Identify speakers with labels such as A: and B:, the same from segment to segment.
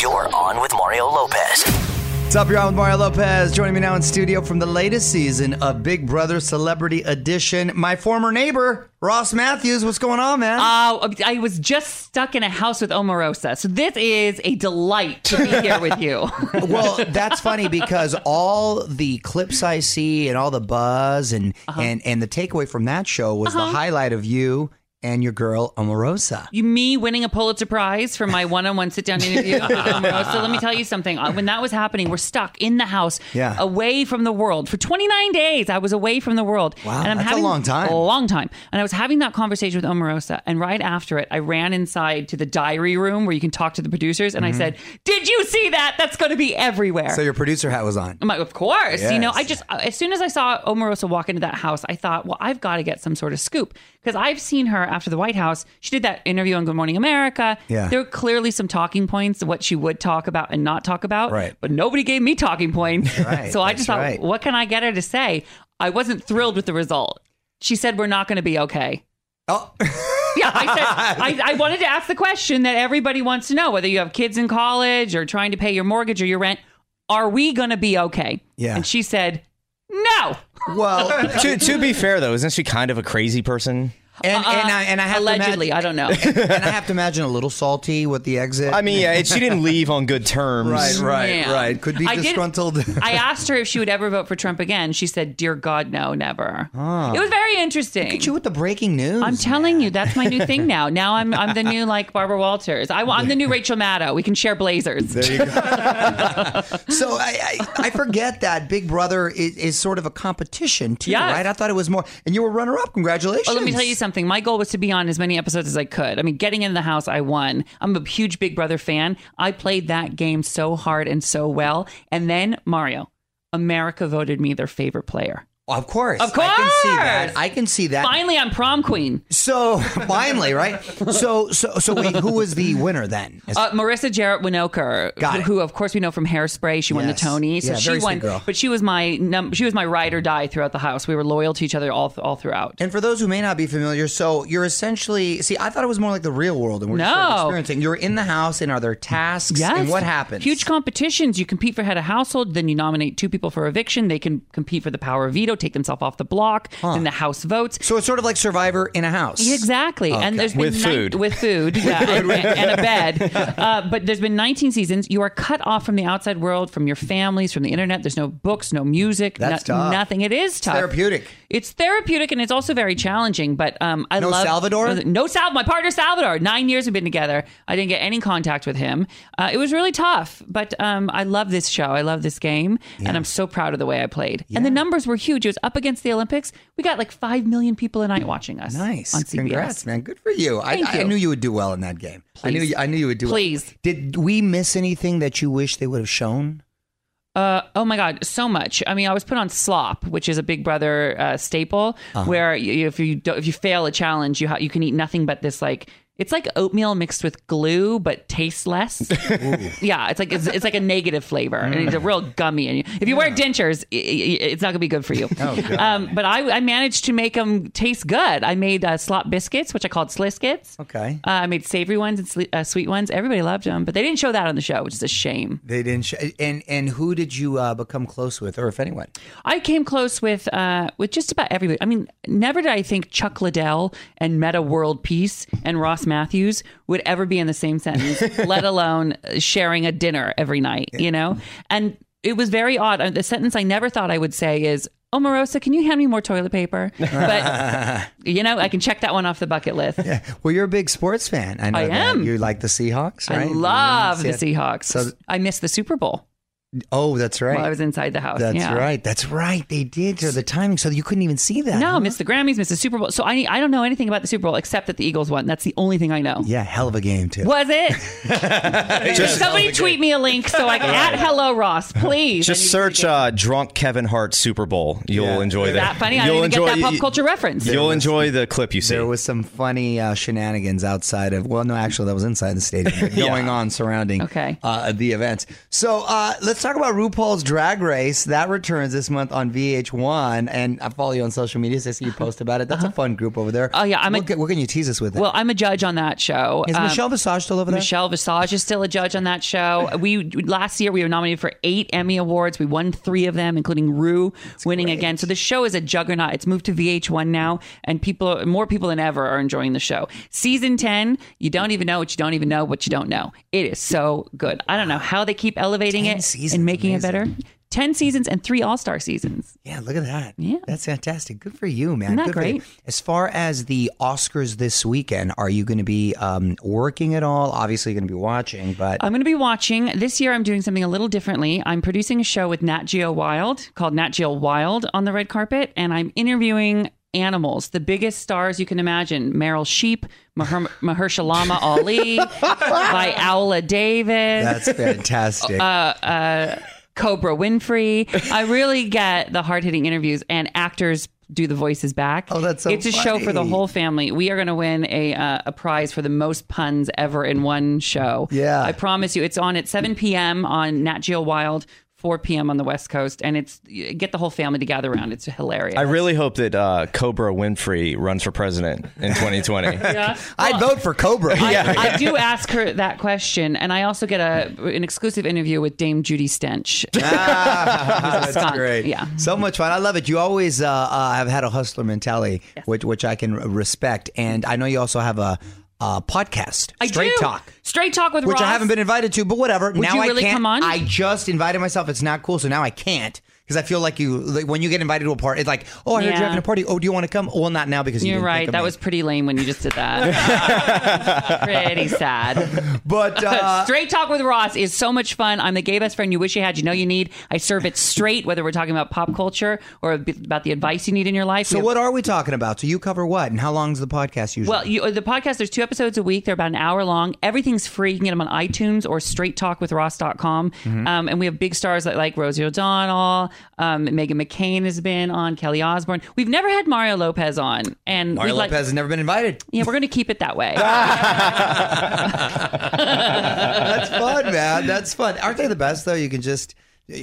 A: You're on with Mario Lopez.
B: What's up, you're on with Mario Lopez. Joining me now in studio from the latest season of Big Brother Celebrity Edition, my former neighbor, Ross Matthews. What's going on, man?
C: Uh, I was just stuck in a house with Omarosa. So this is a delight to be here with you.
B: well, that's funny because all the clips I see and all the buzz and
C: Uh-huh.
B: and, and the takeaway from that show was the highlight of you and your girl Omarosa.
C: You, me winning a Pulitzer Prize for my one-on-one sit-down interview with Omarosa. Let me tell you something. Uh, When that was happening, we're stuck in the house,
B: Yeah.
C: away from the world for 29 days. I was away from the world.
B: Wow, that's a long time.
C: A long time. And I was having that conversation with Omarosa, and right after it, I ran inside to the diary room where you can talk to the producers, and I said, "Did you see that? That's going to be everywhere."
B: Mm-hmm. So your producer hat was on.
C: I'm like, of course. You know,
B: Yes.
C: I just as soon as I saw Omarosa walk into that house, I thought, well, I've got to get some sort of scoop because I've seen her after the White House. She did that interview on Good Morning America.
B: Yeah.
C: there were clearly some talking points what she would talk about and not talk about.
B: Right.
C: but nobody gave me talking points.
B: Right,
C: so I
B: that's
C: just thought,
B: right.
C: what can I get her to say? I wasn't thrilled with the result. She said, "We're not going to be okay."
B: Oh,
C: Yeah, I said I, I wanted to ask the question that everybody wants to know: whether you have kids in college or trying to pay your mortgage or your rent, are we going to be okay?
B: Yeah.
C: And she said, "No."
B: well, and
D: to, to be fair though, isn't she kind of a crazy person?
B: and I and I have
C: Allegedly,
B: to
C: I don't know.
B: imagine, and I have to imagine a little salty with the exit.
D: I mean, yeah, it, she didn't leave on good terms.
B: right, right,
C: Yeah.
B: right. Could be
C: I did-
B: disgruntled.
C: I asked her if she would ever vote for Trump again. She said, "Dear God, no, never." It was very interesting.
B: Hit Ah. you with the breaking news.
C: I'm telling you, that's my new thing now. Now I'm I'm the new like Barbara Walters. I, am the new Rachel Maddow. We can share blazers.
B: So I, I, I forget that Big Brother is, is sort of a competition too,
C: Yes.
B: right? I thought it was more, and you were runner up. Congratulations!
C: Oh, let me tell you something. My goal was to be on as many episodes as I could. I mean, getting in the house, I won. I'm a huge Big Brother fan. I played that game so hard and so well. And then Mario, America voted me their favorite player.
B: Of course,
C: Of
B: I can see that.
C: course.
B: I can see that.
C: Finally, I'm prom queen.
B: So finally, right? So so so wait, who was the winner then?
C: Uh, Marissa Jarrett Winokur,
B: Got
C: who,
B: it.
C: who, of course we know from Hairspray, she won the
B: Yes.
C: Tony, so
B: Yeah,
C: she
B: very sweet
C: won.
B: girl.
C: But she was my num- she was my ride or die throughout the house. We were loyal to each other all all throughout.
B: and for those who may not be familiar, so you're essentially see. I thought it was more like the real world, and we're just sort of
C: No.
B: experiencing. You're in the house, and are there tasks?
C: Yes.
B: And what happens?
C: Huge competitions. You compete for head of household, then you nominate two people for eviction. They can compete for the power of veto. take themselves off the block, then the House votes.
B: So it's sort of like Survivor in a house.
C: Exactly, and there's been
D: With
C: nine-
D: food.
C: with food, yeah, and, and a bed. Uh, but there's been 19 seasons. You are cut off from the outside world, from your families, from the internet. There's no books, no music,
B: That's tough.
C: nothing. It is tough.
B: therapeutic.
C: It's therapeutic and it's also very challenging. But um, I
B: No
C: love
B: Salvador?
C: No Sal. My partner Salvador. Nine years we've been together. I didn't get any contact with him. Uh, it was really tough. But um, I love this show. I love this game, and I'm so proud of the way I played. And the numbers were huge. It was up against the Olympics. We got like five million people a night watching us.
B: Nice.
C: On CBS.
B: Congrats, man. Good for you. I,
C: Thank
B: I
C: you.
B: knew you would do well in that game. I knew
C: Please.
B: you, I knew you would do
C: Please.
B: well. Did we miss anything that you wish they would have shown?
C: Uh, oh my God, so much. I mean, I was put on slop, which is a Big Brother uh, staple, where you, if you do, if you fail a challenge, you ha- you can eat nothing but this like it's like oatmeal mixed with glue, but tastes less. yeah, it's like it's, it's like a negative flavor, and it's a real gummy. And if you wear dentures, i- i- it's not gonna be good for you. um, but I, I managed to make them taste good. I made uh, slop biscuits, which I called sliskits.
B: Okay.
C: Uh, I made savory ones and sle- uh, sweet ones. Everybody loved them, but they didn't show that on the show, which is a shame.
B: They didn't. Show, and and who did you uh, become close with, or if anyone?
C: I came close with uh, with just about everybody. I mean, never did I think Chuck Liddell and Meta World Peace and Ross Matthews would ever be in the same sentence, let alone sharing a dinner every night. You know, and it was very odd. Uh, The sentence I never thought I would say is. Omarosa, can you hand me more toilet paper? But you know, I can check that one off the bucket list.
B: Well, you're a big sports fan. I know
C: I
B: that.
C: am.
B: You like the Seahawks,
C: I
B: right?
C: love the
B: Yeah.
C: Seahawks.
B: So-
C: I missed the Super Bowl
B: Oh, that's right.
C: while I was inside the house.
B: that's
C: yeah.
B: right. That's right. They did. So the timing, so you couldn't even see that.
C: No,
B: huh?
C: missed the Grammys, missed the Super Bowl. So I I don't know anything about the Super Bowl except that the Eagles won. That's the only thing I know.
B: Yeah, hell of a game too.
C: Was it? Somebody tweet me a link so I can at hello Ross, please.
D: Just
C: I need to
D: search uh, "drunk Kevin Hart Super Bowl." You'll enjoy
C: get- Is that funny? I
D: You'll
C: didn't
D: enjoy
C: get that pop
D: you-
C: culture reference.
D: You'll enjoy the clip you see.
B: There was some funny uh, shenanigans outside of. Well, no, actually, that was inside the stadium but going on surrounding
C: Okay.
B: uh, the events. So uh, let's talk about RuPaul's Drag Race that returns this month on VH1, and I follow you on social media, so I see you post about it. That's a fun group over there.
C: Oh, yeah, I'm a-
B: what, can- what can you tease us with?
C: Well, I'm a judge on that show.
B: is
C: Um,
B: Michelle Visage still over there?
C: Michelle Visage is still a judge on that show. We last year we were nominated for eight Emmy awards. We won three of them, including Rue winning again. So the show is a juggernaut. It's moved to VH1 now, and people, more people than ever, are enjoying the show. Season ten, you don't even know what you don't even know what you don't know. It is so good. I don't know how they keep elevating
B: 10
C: it
B: seasons,
C: and making
B: amazing.
C: it better. Ten seasons and three All Star seasons.
B: Yeah, look at that.
C: Yeah.
B: That's fantastic. Good for you, man.
C: Isn't that
B: Good for you.
C: great?
B: As far as the Oscars this weekend, are you going to be um, working at all? Obviously, you're going to be watching, but
C: I'm going to be watching. This year, I'm doing something a little differently. I'm producing a show with Nat Geo Wild called Nat Geo Wild on the red carpet, and I'm interviewing animals, the biggest stars you can imagine Meryl Sheep, Maher- Mahershala Ali, Viola Davis.
B: that's fantastic.
C: Cobra Winfrey. I really get the hard hitting interviews and actors do the voices back.
B: Oh, that's so
C: It's a show for the
B: funny.
C: whole family. We are going to win a uh, a prize for the most puns ever in one show.
B: Yeah.
C: I promise you. It's on at 7 p.m. on Nat Geo Wild. 4 p.m. on the West Coast, and it's you get the whole family to gather around. It's hilarious.
D: I really hope that uh, Cobra Winfrey runs for president in 2020.
C: Yeah.
B: I'd vote for Cobra.
C: I, Uh, I do ask her that question, and I also get a an exclusive interview with Dame Judy Stench.
B: Ah, that's
C: skunk.
B: great.
C: Yeah.
B: So much fun. I love it. You always uh, uh, have had a hustler mentality, which which I can respect. And I know you also have a, uh podcast,
C: I
B: Straight
C: do.
B: Talk.
C: Straight talk with
B: Which I
C: Ross.
B: haven't been invited to, but whatever. now
C: you
B: I
C: really
B: can't.
C: come on?
B: I just invited myself. It's not cool, so now I can't because I feel like you. Like, when you get invited to a party, it's like, oh, I heard
C: Yeah.
B: you're having a party. Oh, do you want to come? Well, not now because you
C: You're
B: didn't think
C: right.
B: of
C: That
B: me.
C: was pretty lame when you just did that. pretty sad.
B: But uh,
C: straight talk with Ross is so much fun. I'm the gay best friend you wish you had. You know you need. I serve it straight, whether we're talking about pop culture or about the advice you need in your life.
B: so
C: We have-
B: what are we talking about? So you cover what, and how long's the podcast usually?
C: Well, you, the podcast, there's two episodes a week. They're about an hour long. Everything's free. You can get them on iTunes or straighttalkwithross.com.
B: Mm-hmm.
C: Um, and we have big stars like, like Rosie O'Donnell, um, Megan McCain has been on, Kelly Osbourne. We've never had Mario Lopez on. And
B: Mario
C: we'd like-
B: Lopez has never been invited.
C: yeah, we're going to keep it that way.
B: That's fun, man. That's fun. Aren't they the best though? You can just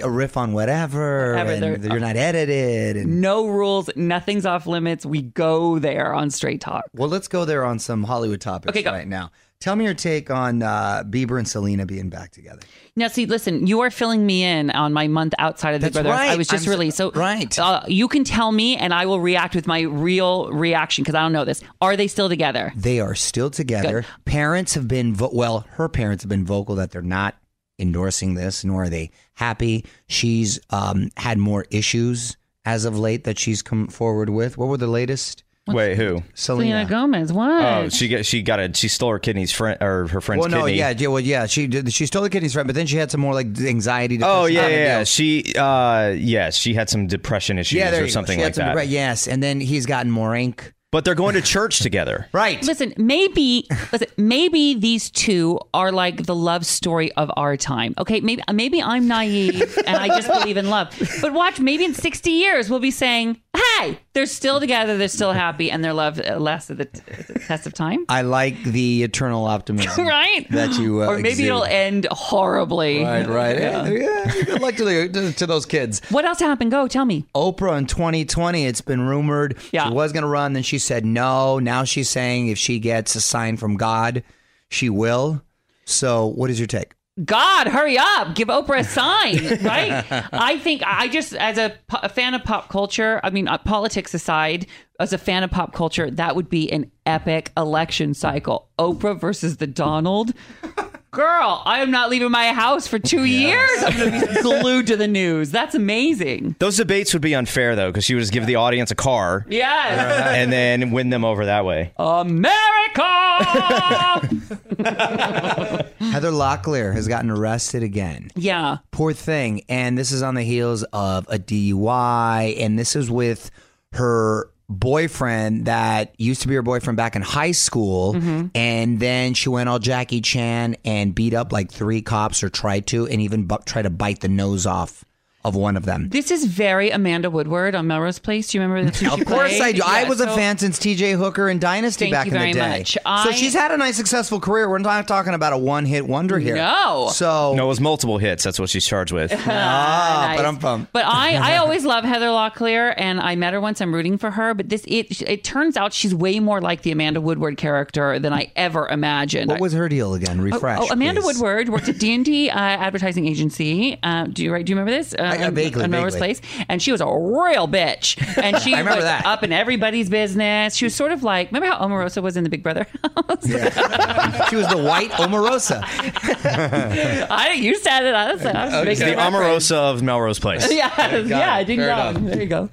B: a riff on whatever,
C: Whatever,
B: and
C: they're-
B: you're not edited. And
C: No rules, nothing's off limits. We go there on Straight Talk.
B: well, let's go there on some Hollywood topics
C: Okay, go.
B: right now. Tell me your take on uh, Bieber and Selena being back together.
C: Now, see, listen, you are filling me in on my month outside of the
B: That's
C: brother. I
B: right.
C: was just
B: I'm s-
C: released. So,
B: right.
C: uh, you can tell me and I will react with my real reaction because I don't know this. Are they still together?
B: They are still together. Parents have been vo- well. Her parents have been vocal that they're not endorsing this, nor are they happy. She's um, had more issues as of late that she's come forward with. What were the latest?
D: Wait, who?
C: Selena Gomez, what?
D: Oh, she got she got a she stole her kidney's friend or her friend's
B: Well, no,
D: kidney.
B: yeah, yeah, well, yeah. She did, she stole the kidney's friend, but then she had some more like anxiety.
D: Oh
B: depression
D: yeah, yeah,
B: kinda
D: yeah.
B: deal.
D: She uh yeah, she had some depression issues
B: there
D: or
B: you go.
D: something
B: She had
D: like
B: some
D: that.
B: depre- yes, and then he's gotten more ink.
D: But they're going to church together.
B: Right.
C: Listen, maybe listen, maybe these two are like the love story of our time. Okay, maybe maybe I'm naive and I just believe in love. But watch, maybe in 60 years we'll be saying, "Hey, they're still together, they're still happy, and their love uh, lasted the, t- the test of time."
B: I like the eternal optimism.
C: right?
B: That you, uh,
C: or maybe
B: exude.
C: it'll end horribly.
B: Right, right. Yeah. yeah, good luck to, the, to those kids.
C: What else happened? Go tell me.
B: Oprah in 2020, it's been rumored
C: Yeah.
B: she was going to run. Then she said no. Now she's saying if she gets a sign from God, she will. So, what is your take?
C: God, hurry up! Give Oprah a sign, right? I think I just, as a, po- a fan of pop culture, I mean, uh, politics aside, as a fan of pop culture, that would be an epic election cycle. Oprah versus the Donald. Girl, I am not leaving my house for two years. I'm going to be glued to the news. That's amazing.
D: Those debates would be unfair though, because she would just give the audience a car
C: Yes,
D: and then win them over that way.
C: Oh. America.
B: Heather Locklear has gotten arrested again.
C: yeah.
B: Poor thing. And this is on the heels of a DUI. And this is with her boyfriend that used to be her boyfriend back in high school. And then she went all Jackie Chan and beat up like three cops or tried to, and even bu- tried to bite the nose off of one of them.
C: This is very Amanda Woodward on Melrose Place. Do you remember that's who she
B: Of course
C: played?
B: I do. I
C: Yeah,
B: was
C: so-
B: a fan since TJ Hooker and Dynasty
C: Thank
B: back
C: you
B: in
C: very
B: the day.
C: much.
B: so
C: I-
B: she's had a nice successful career. We're not talking about a one hit wonder here.
C: No.
B: So
D: No, it was multiple hits. That's what she's charged with.
B: ah,
C: Nice.
B: ba-dum-bum.
C: But I, I always love Heather Locklear, and I met her once. I'm rooting for her. But this, it, it turns out she's way more like the Amanda Woodward character than I ever imagined.
B: What was her deal again? Refresh.
C: Oh, Amanda
B: please.
C: Woodward worked at D and D uh, advertising agency. Uh, do you right? Do you remember this? Uh,
B: I- I
C: on-
B: vaguely,
C: on Melrose
B: vaguely.
C: Place, and she was a real bitch, and she
B: I remember
C: was
B: that.
C: up in everybody's business. She was sort of like, remember how Omarosa was in the Big Brother house?
B: she was the white Omarosa.
C: I you said it. I was, I was
D: It's
C: making
D: the
C: a reference.
D: Omarosa of Melrose Place.
C: Yeah, yeah, I ding
B: Fair
C: dong.
B: enough.
C: There you go.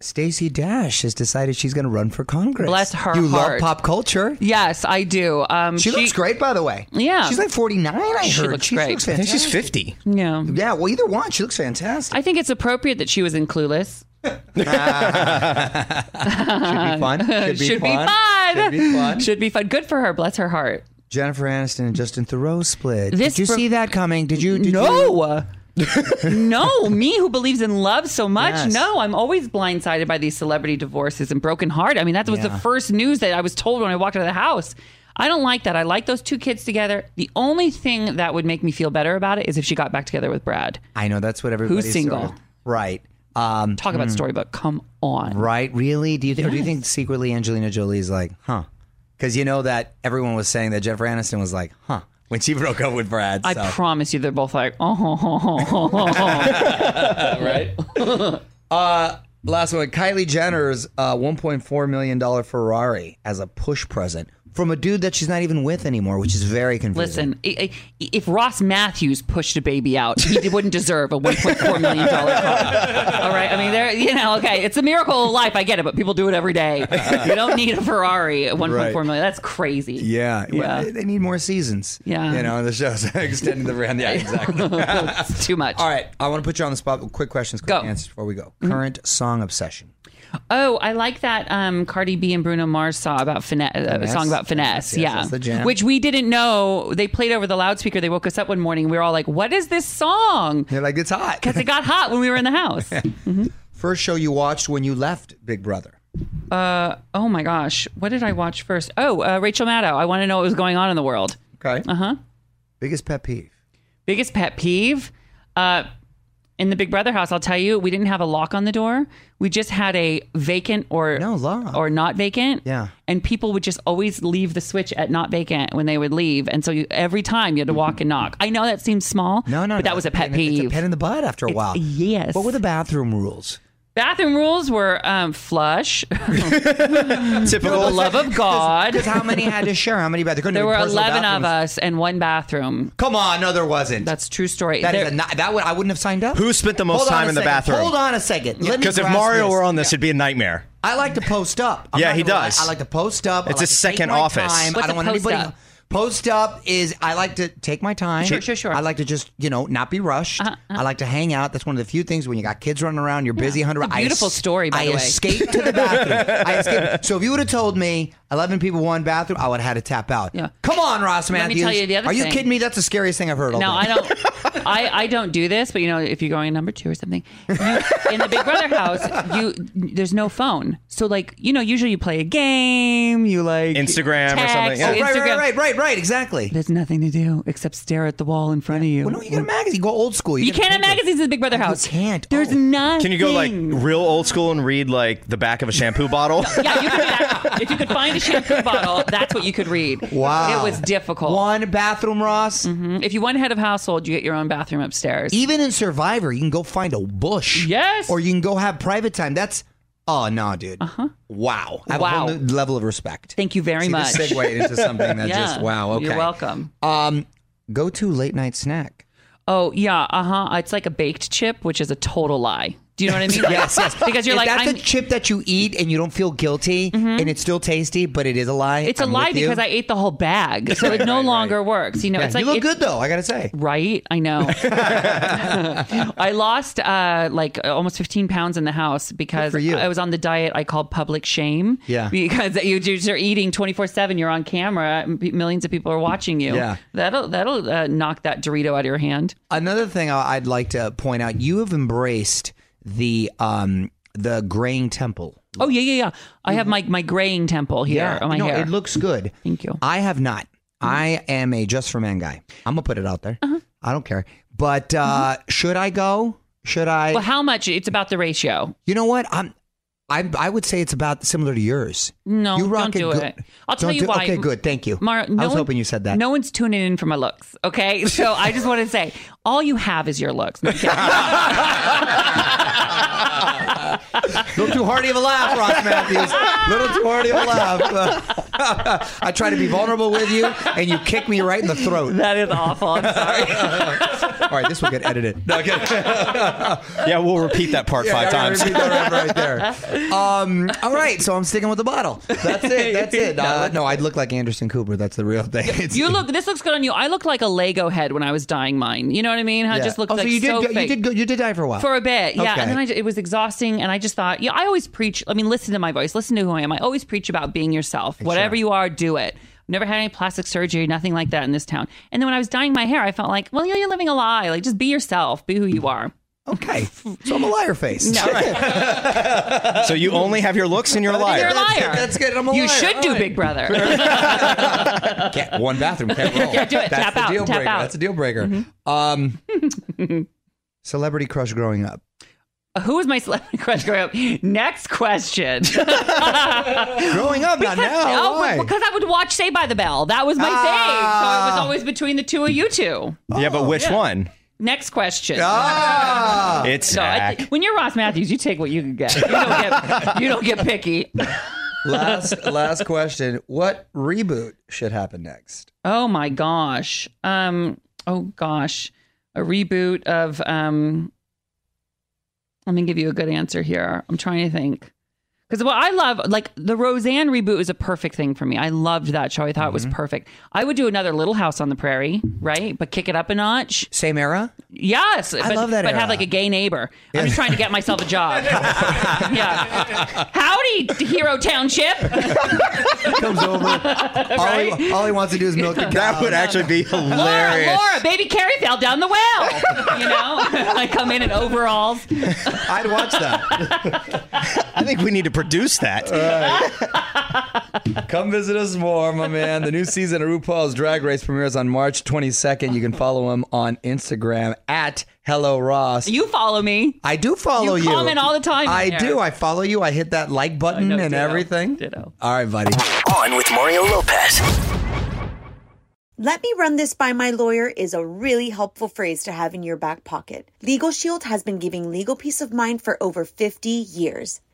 B: Stacey Dash has decided she's going to run for Congress.
C: Bless her
B: You love
C: heart.
B: pop culture.
C: Yes, I do. Um,
B: She, looks great, by the way.
C: Yeah.
B: she's like forty nine. I
C: She
B: heard
C: looks
B: She
C: great.
D: I think
B: fantastic.
D: she's fifty.
C: Yeah.
B: Yeah, well, either one. She looks fantastic.
C: I think it's appropriate that she was in Clueless.
B: Should be fun. Should
C: Uh, Should be fun. Should be fun. Good for her. Bless her heart.
B: Jennifer Aniston and Justin Thoreau split.
C: This
B: did you
C: pro-
B: see that coming? Did you? Did you-
C: No. no, me who believes in love so much.
B: Yes.
C: No, I'm always blindsided by these celebrity divorces and broken heart. I mean, that was the
B: Yeah.
C: first news that I was told when I walked out of the house. I don't like that. I like those two kids together. The only thing that would make me feel better about it is if she got back together with Brad.
B: I know that's what everybody's sort
C: single?
B: of- right. Um,
C: Talk about storybook. Come on.
B: right. Really? Do you think? Or do you think secretly Angelina Jolie's like, huh? Because you know that everyone was saying that Jennifer Aniston was like, huh, when she broke up with Brad.
C: I
B: so.
C: promise you, they're both like, oh,
B: uh, Last one, Kylie Jenner's uh, 1.4 million dollar Ferrari as a push present from a dude that she's not even with anymore, which is very confusing.
C: Listen, i- i- if Ross Matthews pushed a baby out, he wouldn't deserve a $1.4 million car. All right. I mean, there, you know, okay, it's a miracle of life. I get it, but people do it every day. You don't need a Ferrari at 1.4 million. That's crazy.
B: Yeah, yeah.
C: Yeah.
B: They, they need more seasons.
C: Yeah.
B: you know the show's extending the round. Yeah, exactly.
C: It's too much.
B: All right, I want to put you on the spot. with Quick questions, quick
C: Go.
B: answers before we go. Current song obsession.
C: Oh, I like that um, Cardi B and Bruno Mars saw about finesse, uh,
B: Finesse?
C: song about finesse.
B: Yes, yes,
C: yeah.
B: that's the jam.
C: Which we didn't know. They played over the loudspeaker. They woke us up one morning. We were all like, what is this song?
B: They're like it's hot.
C: Because it got hot when we were in the house.
B: First show you watched when you left Big Brother.
C: Oh my gosh, what did I watch first? Oh, uh, Rachel Maddow. I want to know what was going on in the world. Uh-huh.
B: Okay. Uh huh. Biggest pet peeve.
C: Biggest pet peeve. Uh, in the Big Brother house, I'll tell you, we didn't have a lock on the door. We just had a vacant or
B: No lock.
C: or not vacant.
B: Yeah.
C: And people would just always leave the switch at not vacant when they would leave, and so you, every time you had to walk and knock. I know that seems small.
B: No, no,
C: but
B: no.
C: that was a pet
B: And it's
C: peeve.
B: a pet in the butt after a while.
C: yes.
B: What were the bathroom rules?
C: Bathroom rules were um, flush, for the love of God.
B: Because how many had to share? How many bathrooms?
C: There were eleven of us and one bathroom.
B: Come on, no, there wasn't.
C: That's a true story.
B: That is
C: There-
B: a not, that would I wouldn't have signed up.
D: Who spent the most
B: Hold on
D: time
B: a
D: in the
B: second.
D: bathroom?
B: Hold on a second. Let me
D: Because if
B: grasp
D: Mario
B: this.
D: were on this, it'd be a nightmare.
B: I like to post up. I'm
D: Yeah,
B: not
D: he
B: gonna lie.
D: does.
B: I like to post up. I
D: It's
B: like
D: his
B: to take
D: second
B: my
D: office.
B: time.
C: What's
B: I don't
C: a
B: want
C: post
B: anybody.
C: up?
B: Post up is I like to take my time.
C: Sure, sure, Uh-huh, sure.
B: I like to just you know not be rushed. I like to hang out. That's one of the few things when you got kids running around, you're busy. Hundred
C: It's a beautiful story, by
B: I
C: the way.
B: escape to the bathroom. I escape. So if you would have told me eleven people one bathroom, I would have had to tap out.
C: Yeah.
B: Come on, Ross
C: Let
B: Matthews.
C: me tell you the other
B: Are you
C: thing.
B: kidding me? That's the scariest thing I've heard. all
C: No,
B: day.
C: I don't. I, I don't do this, but you know, if you're going number two or something, you, in the Big Brother house, you there's no phone. So like, you know, usually you play a game, you like
D: Instagram or
C: text,
D: something, yeah.
B: Oh,
C: you
B: right, right,
C: Instagram.
B: right, right, right. Exactly.
C: There's nothing to do except stare at the wall in front of you.
B: Well, no, you get a magazine. Go old school.
C: you
B: get a
C: can't have
B: paper.
C: magazines in the Big Brother
B: you
C: house.
B: can't.
C: There's
B: Oh.
C: nothing.
D: Can you go like real old school and read like the back of a shampoo bottle?
C: Yeah, you could do that. if you could find a shampoo bottle, that's what you could read.
B: Wow.
C: it was difficult.
B: One bathroom,
C: Mm-hmm.
B: Ross.
C: If you won head of household, you get your own bathroom upstairs.
B: Even in Survivor, you can go find a bush.
C: Yes.
B: E Or you can go have private time. That's oh no, dude. Uh huh. Wow. I have
C: Uh-huh. Wow.
B: A whole new level of respect.
C: Thank you very
B: See,
C: much.
B: This segued into something that
C: yeah.
B: just wow. Okay.
C: You're welcome.
B: Um, go to late night snack.
C: Oh yeah, uh huh. It's like a baked chip, which is a total lie. Do you know what I mean?
B: Yes, yes.
C: Because you're
B: if
C: like,
B: that's
C: I'm, Mm-hmm.
B: a chip that you eat and you don't feel guilty and it's still tasty, but it is a lie.
C: it's a
B: I'm
C: lie
B: with you.
C: because I ate the whole bag, so it no longer works. You know, it's like
B: you look
C: it's-
B: good though. I gotta say.
C: Right, I know. I lost uh, like almost 15 pounds in the house because
B: for you.
C: I was on the diet I call public shame.
B: Yeah.
C: because you just are eating 24 seven. You're on camera. m- Millions of people are watching you.
B: Yeah.
C: that'll that'll uh, knock that Dorito out of your hand.
B: Another thing I- I'd like to point out: you have embraced the um the graying temple.
C: Oh yeah, yeah, yeah. I have my my graying temple here on my
B: Mm-hmm. no,
C: hair.
B: it looks good.
C: Thank you.
B: I have not. I am a just for man guy. I'm gonna put it out there.
C: Uh-huh.
B: I don't care. But uh, should I go? Should I?
C: well, how much? It's about the ratio.
B: you know what? I'm. I, I would say it's about similar to yours.
C: No,
B: you
C: don't
B: rock
C: do
B: good-
C: it. I'll tell
B: don't
C: you
B: do-
C: why.
B: Okay, good. Thank you.
C: Mara, no
B: I was
C: one-
B: hoping you said that.
C: No one's tuning in for my looks. Okay, so I just want to say, all you have is your looks. No, I'm kidding.
B: little too hearty of a laugh, Ross Matthews. little too hearty of a laugh. I try to be vulnerable with you, and you kick me right in the throat.
C: that is awful. I'm sorry.
B: All right, this will get edited. No,
D: yeah, we'll repeat that part five
B: Yeah, I
D: times.
B: gotta repeat that right, right there. Um, all right, so I'm sticking with the bottle. That's it. That's it. Uh, no, I'd look like Anderson Cooper. That's the real thing. It's-
C: You look. This looks good on you. I look like a Lego head when I was dyeing mine. You know what I mean? I
B: Yeah.
C: just looked
B: oh,
C: like
B: so you did.
C: so
B: go- you
C: fake.
B: did. Go, you did die for a while.
C: for a bit, yeah.
B: Okay.
C: And then I, it was exhausting, and I just thought, yeah, I always preach. I mean, listen to my voice, listen to who I am. I always preach about being yourself. Whatever you are, do it. Never had any plastic surgery, nothing like that in this town. And then when I was dyeing my hair, I felt like, well, you know, you're living a lie. Like, just be yourself, be who you are.
B: okay. So I'm a liar face. No,
D: So you only have your looks and you're a
C: You're a
D: liar.
B: That's good.
C: liar.
B: That's good. I'm a
C: you
B: liar.
C: should
B: All
C: do
B: right.
C: Big Brother.
B: Can't, one bathroom. Can't roll.
C: Yeah, do it.
B: That's
C: Tap
B: the
C: out.
B: Deal
C: Tap
B: breaker.
C: out. Mm-hmm.
B: That's a deal breaker. Um, celebrity crush growing up.
C: who was my celebrity crush growing up? Next question.
B: Growing up, not now.
C: oh,
B: why?
C: because I would watch Say by the Bell. That was my
B: Ah.
C: thing. So it was always between the two of you two.
D: Yeah, but which one?
C: Next question.
B: Ah.
D: It's
C: So I
D: Zach.
C: th- when you're Ross Matthews, you take what you can get. You don't get, you don't get picky.
B: last last question. What reboot should happen next?
C: Oh my gosh. Um. Oh gosh. A reboot of. Um. Let me give you a good answer here. I'm trying to think. Because what I love, like the Roseanne reboot, is a perfect thing for me. I loved that show. I thought it was perfect. I would do another Little House on the Prairie, right? But kick it up a notch.
B: Same era.
C: Yes, but,
B: love that
C: But
B: era.
C: have like a gay neighbor. I'm just trying to get myself a job. yeah. Howdy, Hero Township.
B: comes over. all, he, all he wants to do is milk the cow.
D: That would actually be
C: Laura,
D: hilarious.
C: Laura, baby Carrie fell down the well. You know, I come in in overalls.
B: I'd watch that.
D: I think we need to produce that.
B: Come visit us more, my man. The new season of RuPaul's Drag Race premieres on March 22nd. You can follow him on Instagram at Hello Ross.
E: You follow me.
B: I do follow you.
E: You comment all the time on
B: I
E: there.
B: do. I follow you. I hit that like button
E: know,
B: and
E: ditto,
B: everything.
E: ditto.
B: All right, buddy.
A: On with Mario Lopez.
F: Let me run this by my lawyer is a really helpful phrase to have in your back pocket. Legal Shield has been giving legal peace of mind for over 50 years.